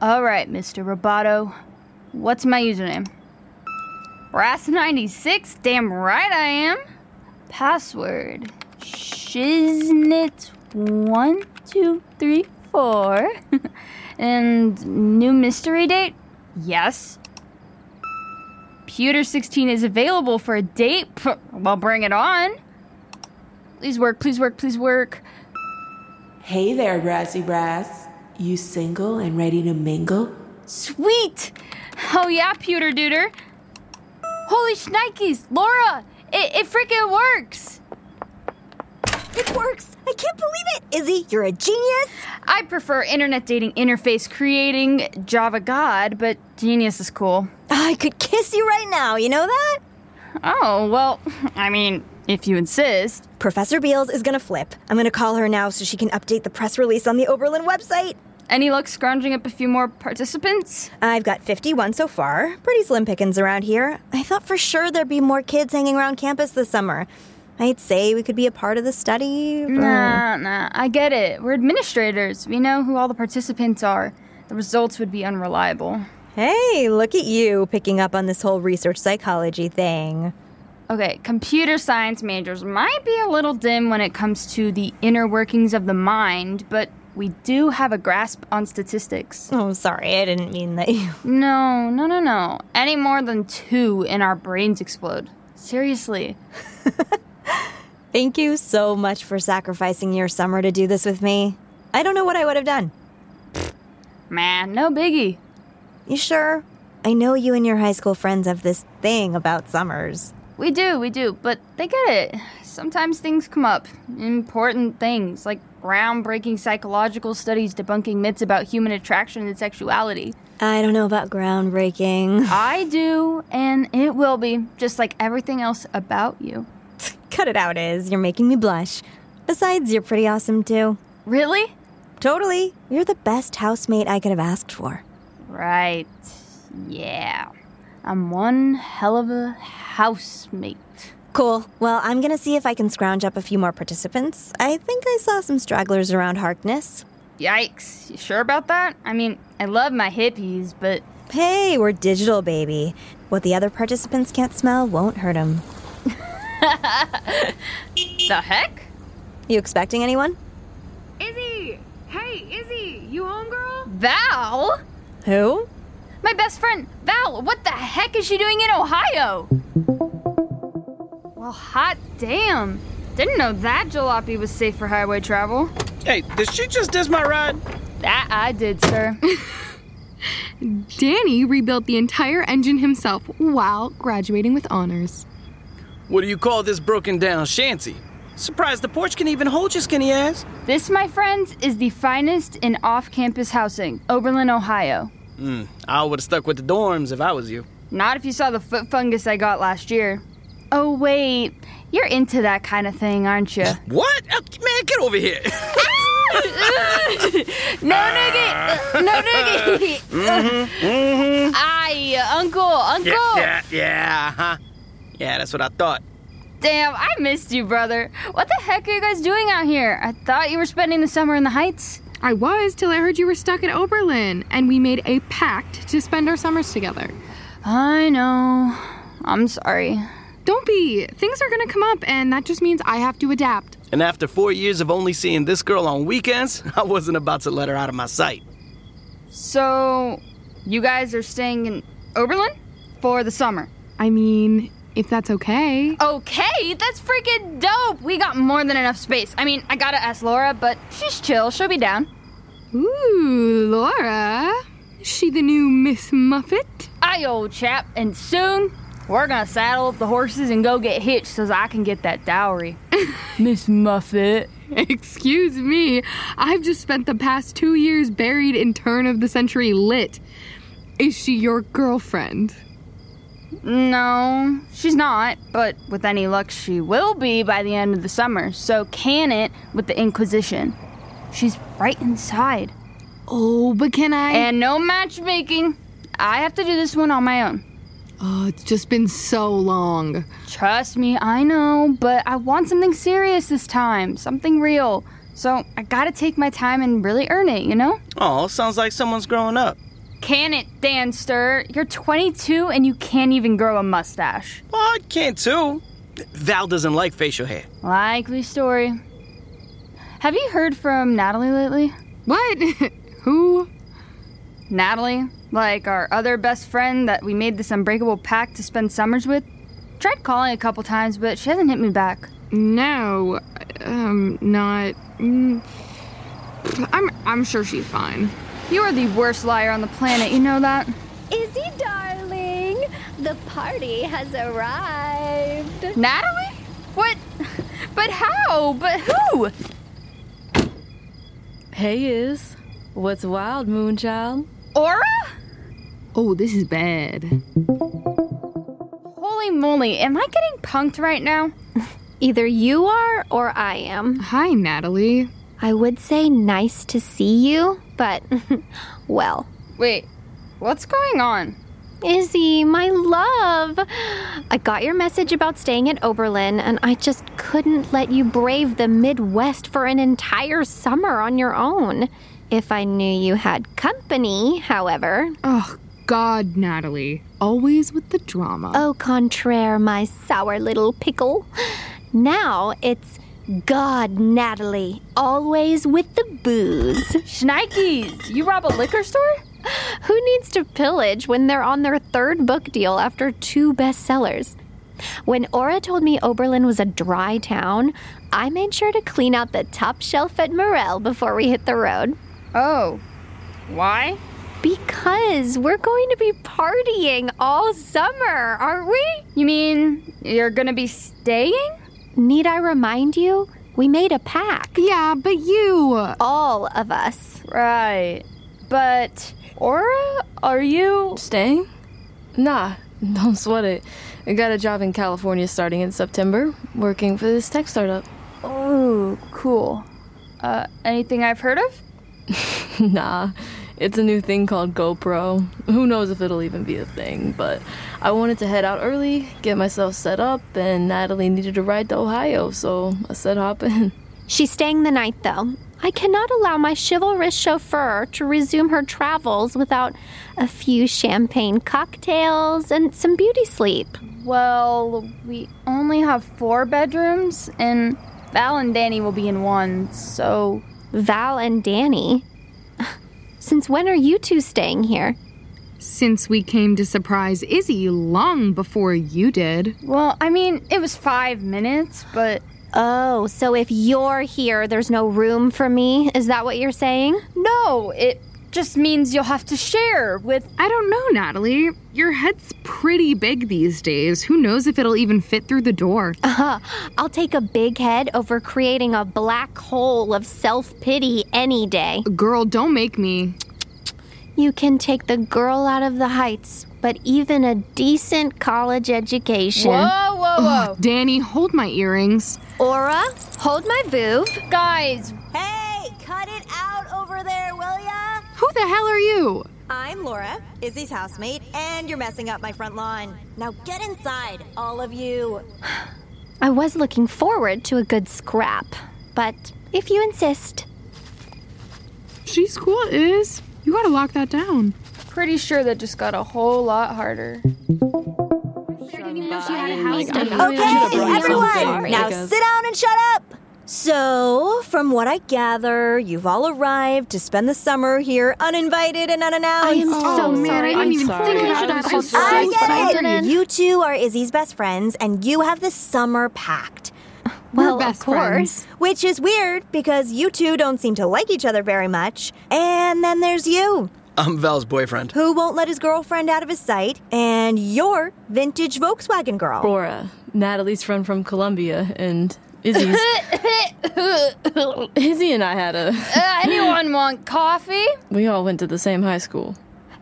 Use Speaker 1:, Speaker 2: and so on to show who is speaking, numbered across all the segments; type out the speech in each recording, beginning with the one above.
Speaker 1: All right, Mr. Roboto. What's my username? Ras96, damn right I am. Password Shiznit1234. and new mystery date? Yes. Pewter16 is available for a date? P- Well, bring it on. Please work, please work, please work.
Speaker 2: Hey there, Brassy Brass. You single and ready to mingle?
Speaker 1: Sweet! Oh yeah, pewter duder. Holy shnikes, Laura! It, it freaking works!
Speaker 3: It works! I can't believe it! Izzy, you're a genius!
Speaker 1: I prefer internet dating interface creating Java God, but Genius is cool.
Speaker 3: Ah, I could kiss you right now, you know that?
Speaker 1: Oh, well, I mean, if you insist.
Speaker 3: Professor Beals is gonna flip. I'm gonna call her now so she can update the press release on the Oberlin website.
Speaker 1: Any luck scrounging up a few more participants?
Speaker 3: I've got 51 so far. Pretty slim pickings around here. I thought for sure there'd be more kids hanging around campus this summer. I'd say we could be a part of the study. but-
Speaker 1: Nah, Uh, nah, I get it. We're administrators. We know who all the participants are. The results would be unreliable.
Speaker 3: Hey, look at you picking up on this whole research psychology thing.
Speaker 1: Okay, computer science majors might be a little dim when it comes to the inner workings of the mind, but we do have a grasp on statistics.
Speaker 3: Oh, sorry, I didn't mean that you.
Speaker 1: No, no, no, no. Any more than two and our brains explode. Seriously.
Speaker 3: Thank you so much for sacrificing your summer to do this with me. I don't know what I would have done.
Speaker 1: Man, no biggie.
Speaker 3: You sure? I know you and your high school friends have this thing about summers.
Speaker 1: We do, we do, but they get it. Sometimes things come up. Important things, like groundbreaking psychological studies debunking myths about human attraction and sexuality.
Speaker 3: I don't know about groundbreaking.
Speaker 1: I do, and it will be, just like everything else about you.
Speaker 3: Cut it out, Iz. You're making me blush. Besides, you're pretty awesome, too.
Speaker 1: Really?
Speaker 3: Totally. You're the best housemate I could have asked for.
Speaker 1: Right. Yeah. I'm one hell of a housemate.
Speaker 3: Cool. Well, I'm gonna see if I can scrounge up a few more participants. I think I saw some stragglers around Harkness.
Speaker 1: Yikes. You sure about that? I mean, I love my hippies, but
Speaker 3: Hey, we're digital, baby. What the other participants can't smell won't hurt them.
Speaker 1: the heck?
Speaker 3: You expecting anyone?
Speaker 4: Izzy! Hey, Izzy! You homegirl?
Speaker 1: Val?
Speaker 3: Who?
Speaker 1: My best friend, Val, what the heck is she doing in Ohio? Well, hot damn. Didn't know that jalopy was safe for highway travel.
Speaker 5: Hey, did she just diss my ride?
Speaker 1: That I did, sir.
Speaker 6: Danny rebuilt the entire engine himself while graduating with honors.
Speaker 5: What do you call this broken down shanty? Surprised the porch can even hold your skinny ass.
Speaker 1: this, my friends, is the finest in off campus housing, Oberlin, Ohio.
Speaker 5: I would have stuck with the dorms if I was you.
Speaker 1: Not if you saw the foot fungus I got last year. Oh, wait. You're into that kind of thing, aren't you?
Speaker 5: What? Uh, man, get over here.
Speaker 1: No noogie! No noogie! Aye, uncle, uncle!
Speaker 5: Mm-hmm, yeah, yeah, huh? Yeah, that's what I thought.
Speaker 1: Damn, I missed you, brother. What the heck are you guys doing out here? I thought you were spending the summer in the Heights.
Speaker 6: I was till I heard you were stuck at Oberlin, and we made a pact to spend our summers together.
Speaker 1: I know. I'm sorry.
Speaker 6: Don't be. Things are gonna come up, and that just means I have to adapt.
Speaker 5: And after four years of only seeing this girl on weekends, I wasn't about to let her out of my sight.
Speaker 1: So, you guys are staying in Oberlin for the summer?
Speaker 6: I mean, if that's okay.
Speaker 1: Okay, that's freaking dope. We got more than enough space. I mean, I gotta ask Laura, but she's chill. She'll be down.
Speaker 6: Ooh, Laura. She the new Miss Muffet?
Speaker 1: Aye, old chap, and soon We're gonna saddle up the horses and go get hitched so I can get that dowry. Miss Muffet.
Speaker 6: Excuse me, I've just spent the past two years buried in turn of the century lit. Is she your girlfriend?
Speaker 1: No, she's not, but with any luck, she will be by the end of the summer, so can it with the Inquisition. She's right inside.
Speaker 6: Oh, but can I?
Speaker 1: And no matchmaking. I have to do this one on my own.
Speaker 6: oh, it's just been so long.
Speaker 1: Trust me, I know, but I want something serious this time, something real. So I gotta take my time and really earn it, you know?
Speaker 5: Oh, sounds like someone's growing up.
Speaker 1: Can it, Danster? You're 22 and you can't even grow a mustache.
Speaker 5: Well, I can too. Val doesn't like facial hair.
Speaker 1: Likely story. Have you heard from Natalie lately?
Speaker 6: What? Who?
Speaker 1: Natalie, like our other best friend that we made this unbreakable pact to spend summers with? Tried calling a couple times, but she hasn't hit me back.
Speaker 6: No, um, not. mm, I'm I'm sure she's fine.
Speaker 1: You are the worst liar on the planet, you know that?
Speaker 7: Izzy, darling, the party has arrived.
Speaker 1: Natalie? What? But how? But who?
Speaker 8: Hey, is. What's wild, Moonchild?
Speaker 1: Aura?
Speaker 6: Oh, this is bad.
Speaker 1: Holy moly, am I getting punked right now?
Speaker 7: Either you are or I am.
Speaker 6: Hi, Natalie.
Speaker 7: I would say nice to see you, but well.
Speaker 1: Wait, what's going on?
Speaker 7: Izzy, my love. I got your message about staying at Oberlin, and I just couldn't let you brave the Midwest for an entire summer on your own. If I knew you had company, however,
Speaker 6: Oh God, Natalie, always with the drama.
Speaker 7: au contraire, my sour little pickle. Now it's God, Natalie, always with the booze.
Speaker 1: Schnikes, you rob a liquor store?
Speaker 7: Who needs to pillage when they're on their third book deal after two bestsellers? When Aura told me Oberlin was a dry town, I made sure to clean out the top shelf at Morel before we hit the road.
Speaker 1: Oh. Why?
Speaker 7: Because we're going to be partying all summer, aren't we?
Speaker 1: You mean you're gonna be staying?
Speaker 7: Need I remind you? We made a pact.
Speaker 6: yeah, but you.
Speaker 7: All of us.
Speaker 1: Right. But, Aura, are you.
Speaker 8: Staying? Nah, don't sweat it. I got a job in California starting in September, working for this tech startup.
Speaker 1: Ooh, cool. Uh, anything I've heard of?
Speaker 8: nah, it's a new thing called GoPro. Who knows if it'll even be a thing, but I wanted to head out early, get myself set up, and Natalie needed a ride to Ohio, so I said hop in.
Speaker 7: She's staying the night, though. I cannot allow my chivalrous chauffeur to resume her travels without a few champagne cocktails and some beauty sleep.
Speaker 1: Well, we only have four bedrooms, and Val and Danny will be in one, so.
Speaker 7: Val and Danny. Since when are you two staying here?
Speaker 6: Since we came to surprise Izzy long before you did.
Speaker 1: Well, I mean, it was five minutes, but.
Speaker 7: Oh, so if you're here, there's no room for me? Is that what you're saying?
Speaker 1: No, it just means you'll have to share with.
Speaker 6: I don't know, Natalie. Your head's pretty big these days. Who knows if it'll even fit through the door?
Speaker 7: I'll take a big head over creating a black hole of self pity any day.
Speaker 6: Girl, don't make me.
Speaker 7: You can take the girl out of the heights, but even a decent college education.
Speaker 1: Whoa, whoa, whoa.
Speaker 6: Danny, hold my earrings.
Speaker 7: Aura, hold my voove.
Speaker 1: Guys,
Speaker 3: Hey, cut it out over there, will ya?
Speaker 6: Who the hell are you?
Speaker 3: I'm Laura, Izzy's housemate, and you're messing up my front lawn. Now get inside, all of you.
Speaker 7: I was looking forward to a good scrap, but if you insist,
Speaker 6: She's cool, Is. You gotta lock that down.
Speaker 1: pretty sure that just got a whole lot harder.
Speaker 3: Okay, everyone,
Speaker 8: sorry,
Speaker 3: now
Speaker 8: guys.
Speaker 3: sit down and shut up. So, from what I gather, you've all arrived to spend the summer here uninvited and unannounced.
Speaker 7: I am so
Speaker 6: man,
Speaker 7: sorry.
Speaker 6: I didn't
Speaker 8: I'm
Speaker 6: even
Speaker 8: sorry.
Speaker 6: think
Speaker 8: I
Speaker 6: about
Speaker 8: was
Speaker 6: that.
Speaker 8: just
Speaker 6: I'm
Speaker 8: so
Speaker 6: sorry.
Speaker 3: I get
Speaker 7: excited.
Speaker 3: it. You two are Izzy's best friends, and you have the summer pact.
Speaker 7: well,
Speaker 6: best
Speaker 7: of course.
Speaker 3: Which is weird because you two don't seem to like each other very much. And then there's you.
Speaker 5: I'm Val's boyfriend.
Speaker 3: Who won't let his girlfriend out of his sight? And your vintage Volkswagen girl.
Speaker 8: Bora, Natalie's friend from Colombia, and Izzy's. Izzy and I had a.
Speaker 1: Anyone want
Speaker 7: Oh
Speaker 1: coffee?
Speaker 8: We all went to the same high school.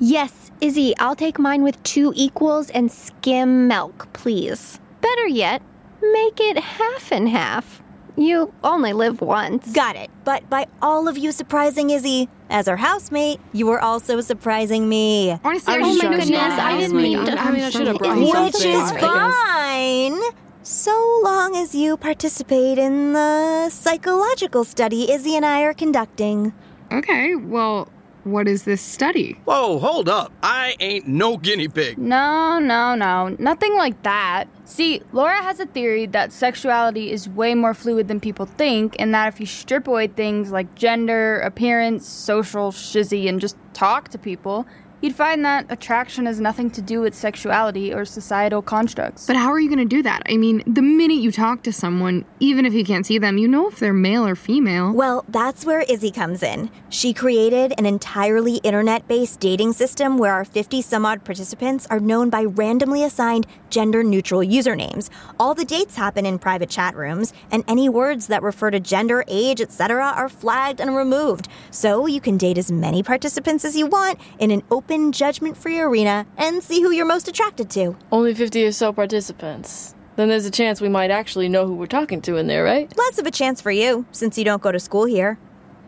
Speaker 7: Yes, Izzy, I'll take mine with two equals and skim milk, please. Better yet, make it half and half. You only live once.
Speaker 3: Got it. But by all of you surprising Izzy, as her housemate, you were also surprising me.
Speaker 6: Honestly, I,
Speaker 7: Oh
Speaker 6: was
Speaker 7: my
Speaker 6: just
Speaker 7: goodness,
Speaker 6: trying to
Speaker 7: I
Speaker 6: ask,
Speaker 7: didn't
Speaker 6: like,
Speaker 7: mean
Speaker 6: I'm-
Speaker 7: to-
Speaker 6: I mean, I
Speaker 8: I'm
Speaker 6: should have
Speaker 8: so
Speaker 6: brought
Speaker 8: sorry.
Speaker 6: you
Speaker 8: What?
Speaker 3: Which
Speaker 6: something.
Speaker 3: is
Speaker 8: I guess.
Speaker 3: fine. So long as you participate in the psychological study Izzy and I are conducting.
Speaker 6: Okay, well, what is this study?
Speaker 5: Whoa, hold up. I ain't no guinea pig.
Speaker 1: No, no, no. Nothing like that. See, Laura has a theory that sexuality is way more fluid than people think, and that if you strip away things like gender, appearance, social shizzy, and just talk to people, you'd find that attraction has nothing to do with sexuality or societal constructs.
Speaker 6: But how are you going to do that? I mean, the minute you talk to someone, even if you can't see them, you know if they're male or female.
Speaker 3: Well, that's where Izzy comes in. She created an entirely internet based dating system where our 50 some odd participants are known by randomly assigned gender neutral usernames. All the dates happen in private chat rooms, and any words that refer to gender, age, etc. are flagged and removed. So you can date as many participants as you want in an open, judgment free arena and see who you're most attracted to.
Speaker 8: Only 50 or so participants. Then there's a chance we might actually know who we're talking to in there, right?
Speaker 3: Less of a chance for you, since you don't go to school here.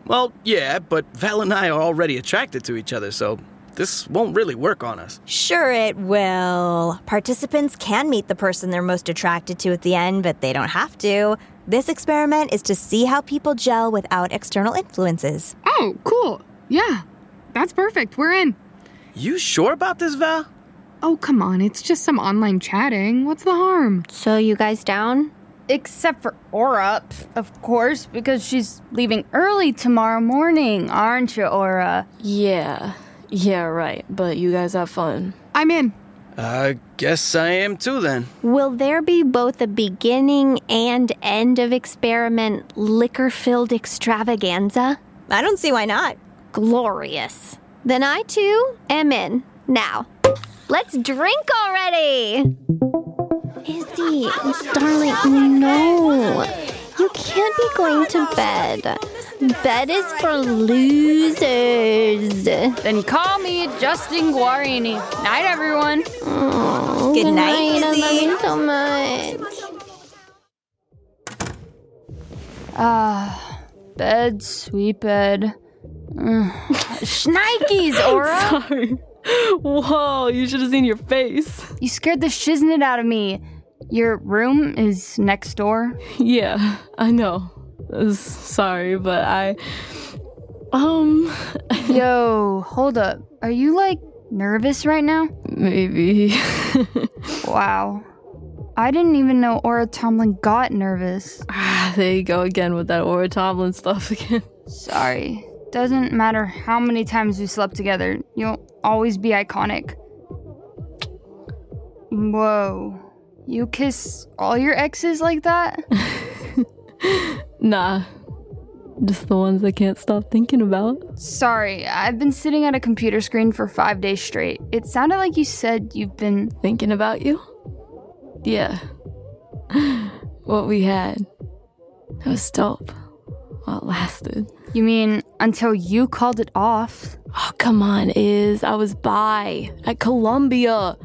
Speaker 5: Well, yeah, but Val and I are already attracted to each other, so this won't really work on us.
Speaker 3: Sure, it will. Participants can meet the person they're most attracted to at the end, but they don't have to. This experiment is to see how people gel without external influences.
Speaker 6: Oh, cool. Yeah, that's perfect. We're in.
Speaker 5: You sure about this, Val?
Speaker 6: Oh, come on. It's just some online chatting. What's the harm?
Speaker 7: So, you guys down?
Speaker 1: Except for Aura, pff, of course, because she's leaving early tomorrow morning, aren't you, Aura?
Speaker 8: Yeah. Yeah, right. But you guys have fun.
Speaker 6: I'm in.
Speaker 5: I guess I am too then.
Speaker 7: Will there be both a beginning and end of experiment liquor filled extravaganza?
Speaker 3: I don't see why not.
Speaker 7: Glorious. Then I too am in. Now, let's drink already! Izzy, darling, no. You can't be going to bed. Bed is for losers.
Speaker 1: Then call me Justin Guarini. Night, everyone.
Speaker 7: Oh,
Speaker 3: Good night,
Speaker 7: I love
Speaker 3: Izzy.
Speaker 7: you so much.
Speaker 1: Bed, sweet bed. Ugh. Shnikes, Aura!
Speaker 8: Sorry. Whoa, you should have seen your face.
Speaker 1: You scared the shiznit out of me. Your room is next door.
Speaker 8: Yeah, I know. S- Sorry, but I. Um,
Speaker 1: Yo, hold up. Are you like nervous right now?
Speaker 8: maybe.
Speaker 1: Wow. I didn't even know Aura Tomlin got nervous.
Speaker 8: Ah, there you go again with that Aura Tomlin stuff again.
Speaker 1: Sorry. Doesn't matter how many times we slept together, you'll always be iconic. Whoa. You kiss all your exes like that?
Speaker 8: Nah. Just the ones I can't stop thinking about.
Speaker 1: Sorry, I've been sitting at a computer screen for five days straight. It sounded like you said you've been.
Speaker 8: Thinking about you? Yeah. What we had. It was dope. While it lasted.
Speaker 1: You mean until you called it off?
Speaker 8: Oh, come on, Iz. I was by at Columbia.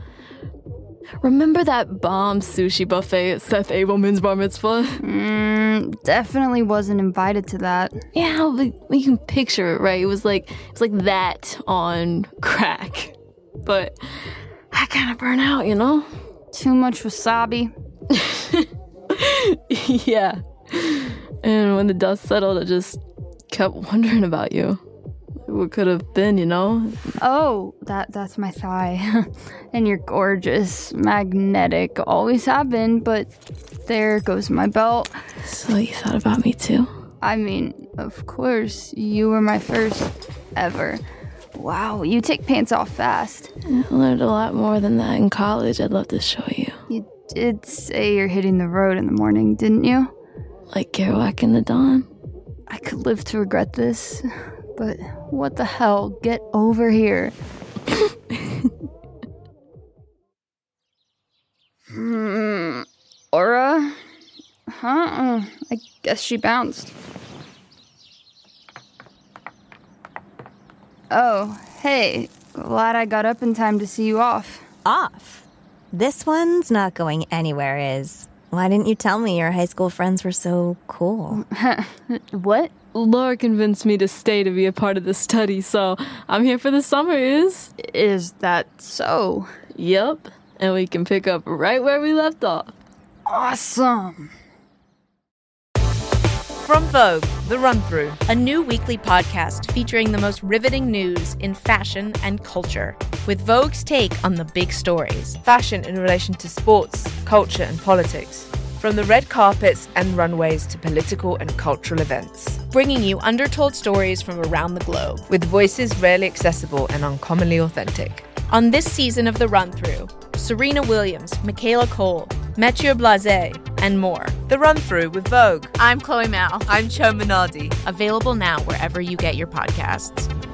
Speaker 8: Remember that bomb sushi buffet at Seth Abelman's bar mitzvah?
Speaker 1: Mm, definitely wasn't invited to that.
Speaker 8: yeah, but you can picture it, right? It was like it was like that on crack. But I kind of burn out, you know?
Speaker 1: Too much wasabi.
Speaker 8: yeah. And when the dust settled, I just kept wondering about you. What could have been, you know?
Speaker 1: Oh, that that's my thigh. and you're gorgeous, magnetic, always have been, but there goes my belt.
Speaker 8: So you thought about me too.
Speaker 1: I mean, of course, you were my first ever. Wow, you take pants off fast.
Speaker 8: I learned a lot more than that in college. I'd love to show you.
Speaker 1: You did say you're hitting the road in the morning, didn't you?
Speaker 8: Like Kerouac in the dawn.
Speaker 1: I could live to regret this. But what the hell? Get over here. Hmm. Aura? Huh? I guess she bounced. Oh, hey. Glad I got up in time to see you off.
Speaker 3: Off. This one's not going anywhere, is. Why didn't you tell me your high school friends were so cool?
Speaker 1: What?
Speaker 8: Laura convinced me to stay to be a part of the study, so I'm here for the summer, is?
Speaker 1: Is that so?
Speaker 8: Yep. And we can pick up right where we left off.
Speaker 1: Awesome.
Speaker 9: From Vogue, The Run Through, a new weekly podcast featuring the most riveting news in fashion and culture, with Vogue's take on the big stories.
Speaker 10: fashion in relation to sports, culture, and politics, from the red carpets and runways to political and cultural events,
Speaker 9: bringing you undertold stories from around the globe.
Speaker 10: with voices rarely accessible and uncommonly authentic.
Speaker 9: On this season of The Run Through, Serena Williams, Michaela Cole, Mathieu Blase, and more.
Speaker 10: The run through with Vogue.
Speaker 9: I'm Chloe Mao.
Speaker 10: I'm Cho Minardi.
Speaker 9: Available now wherever you get your podcasts.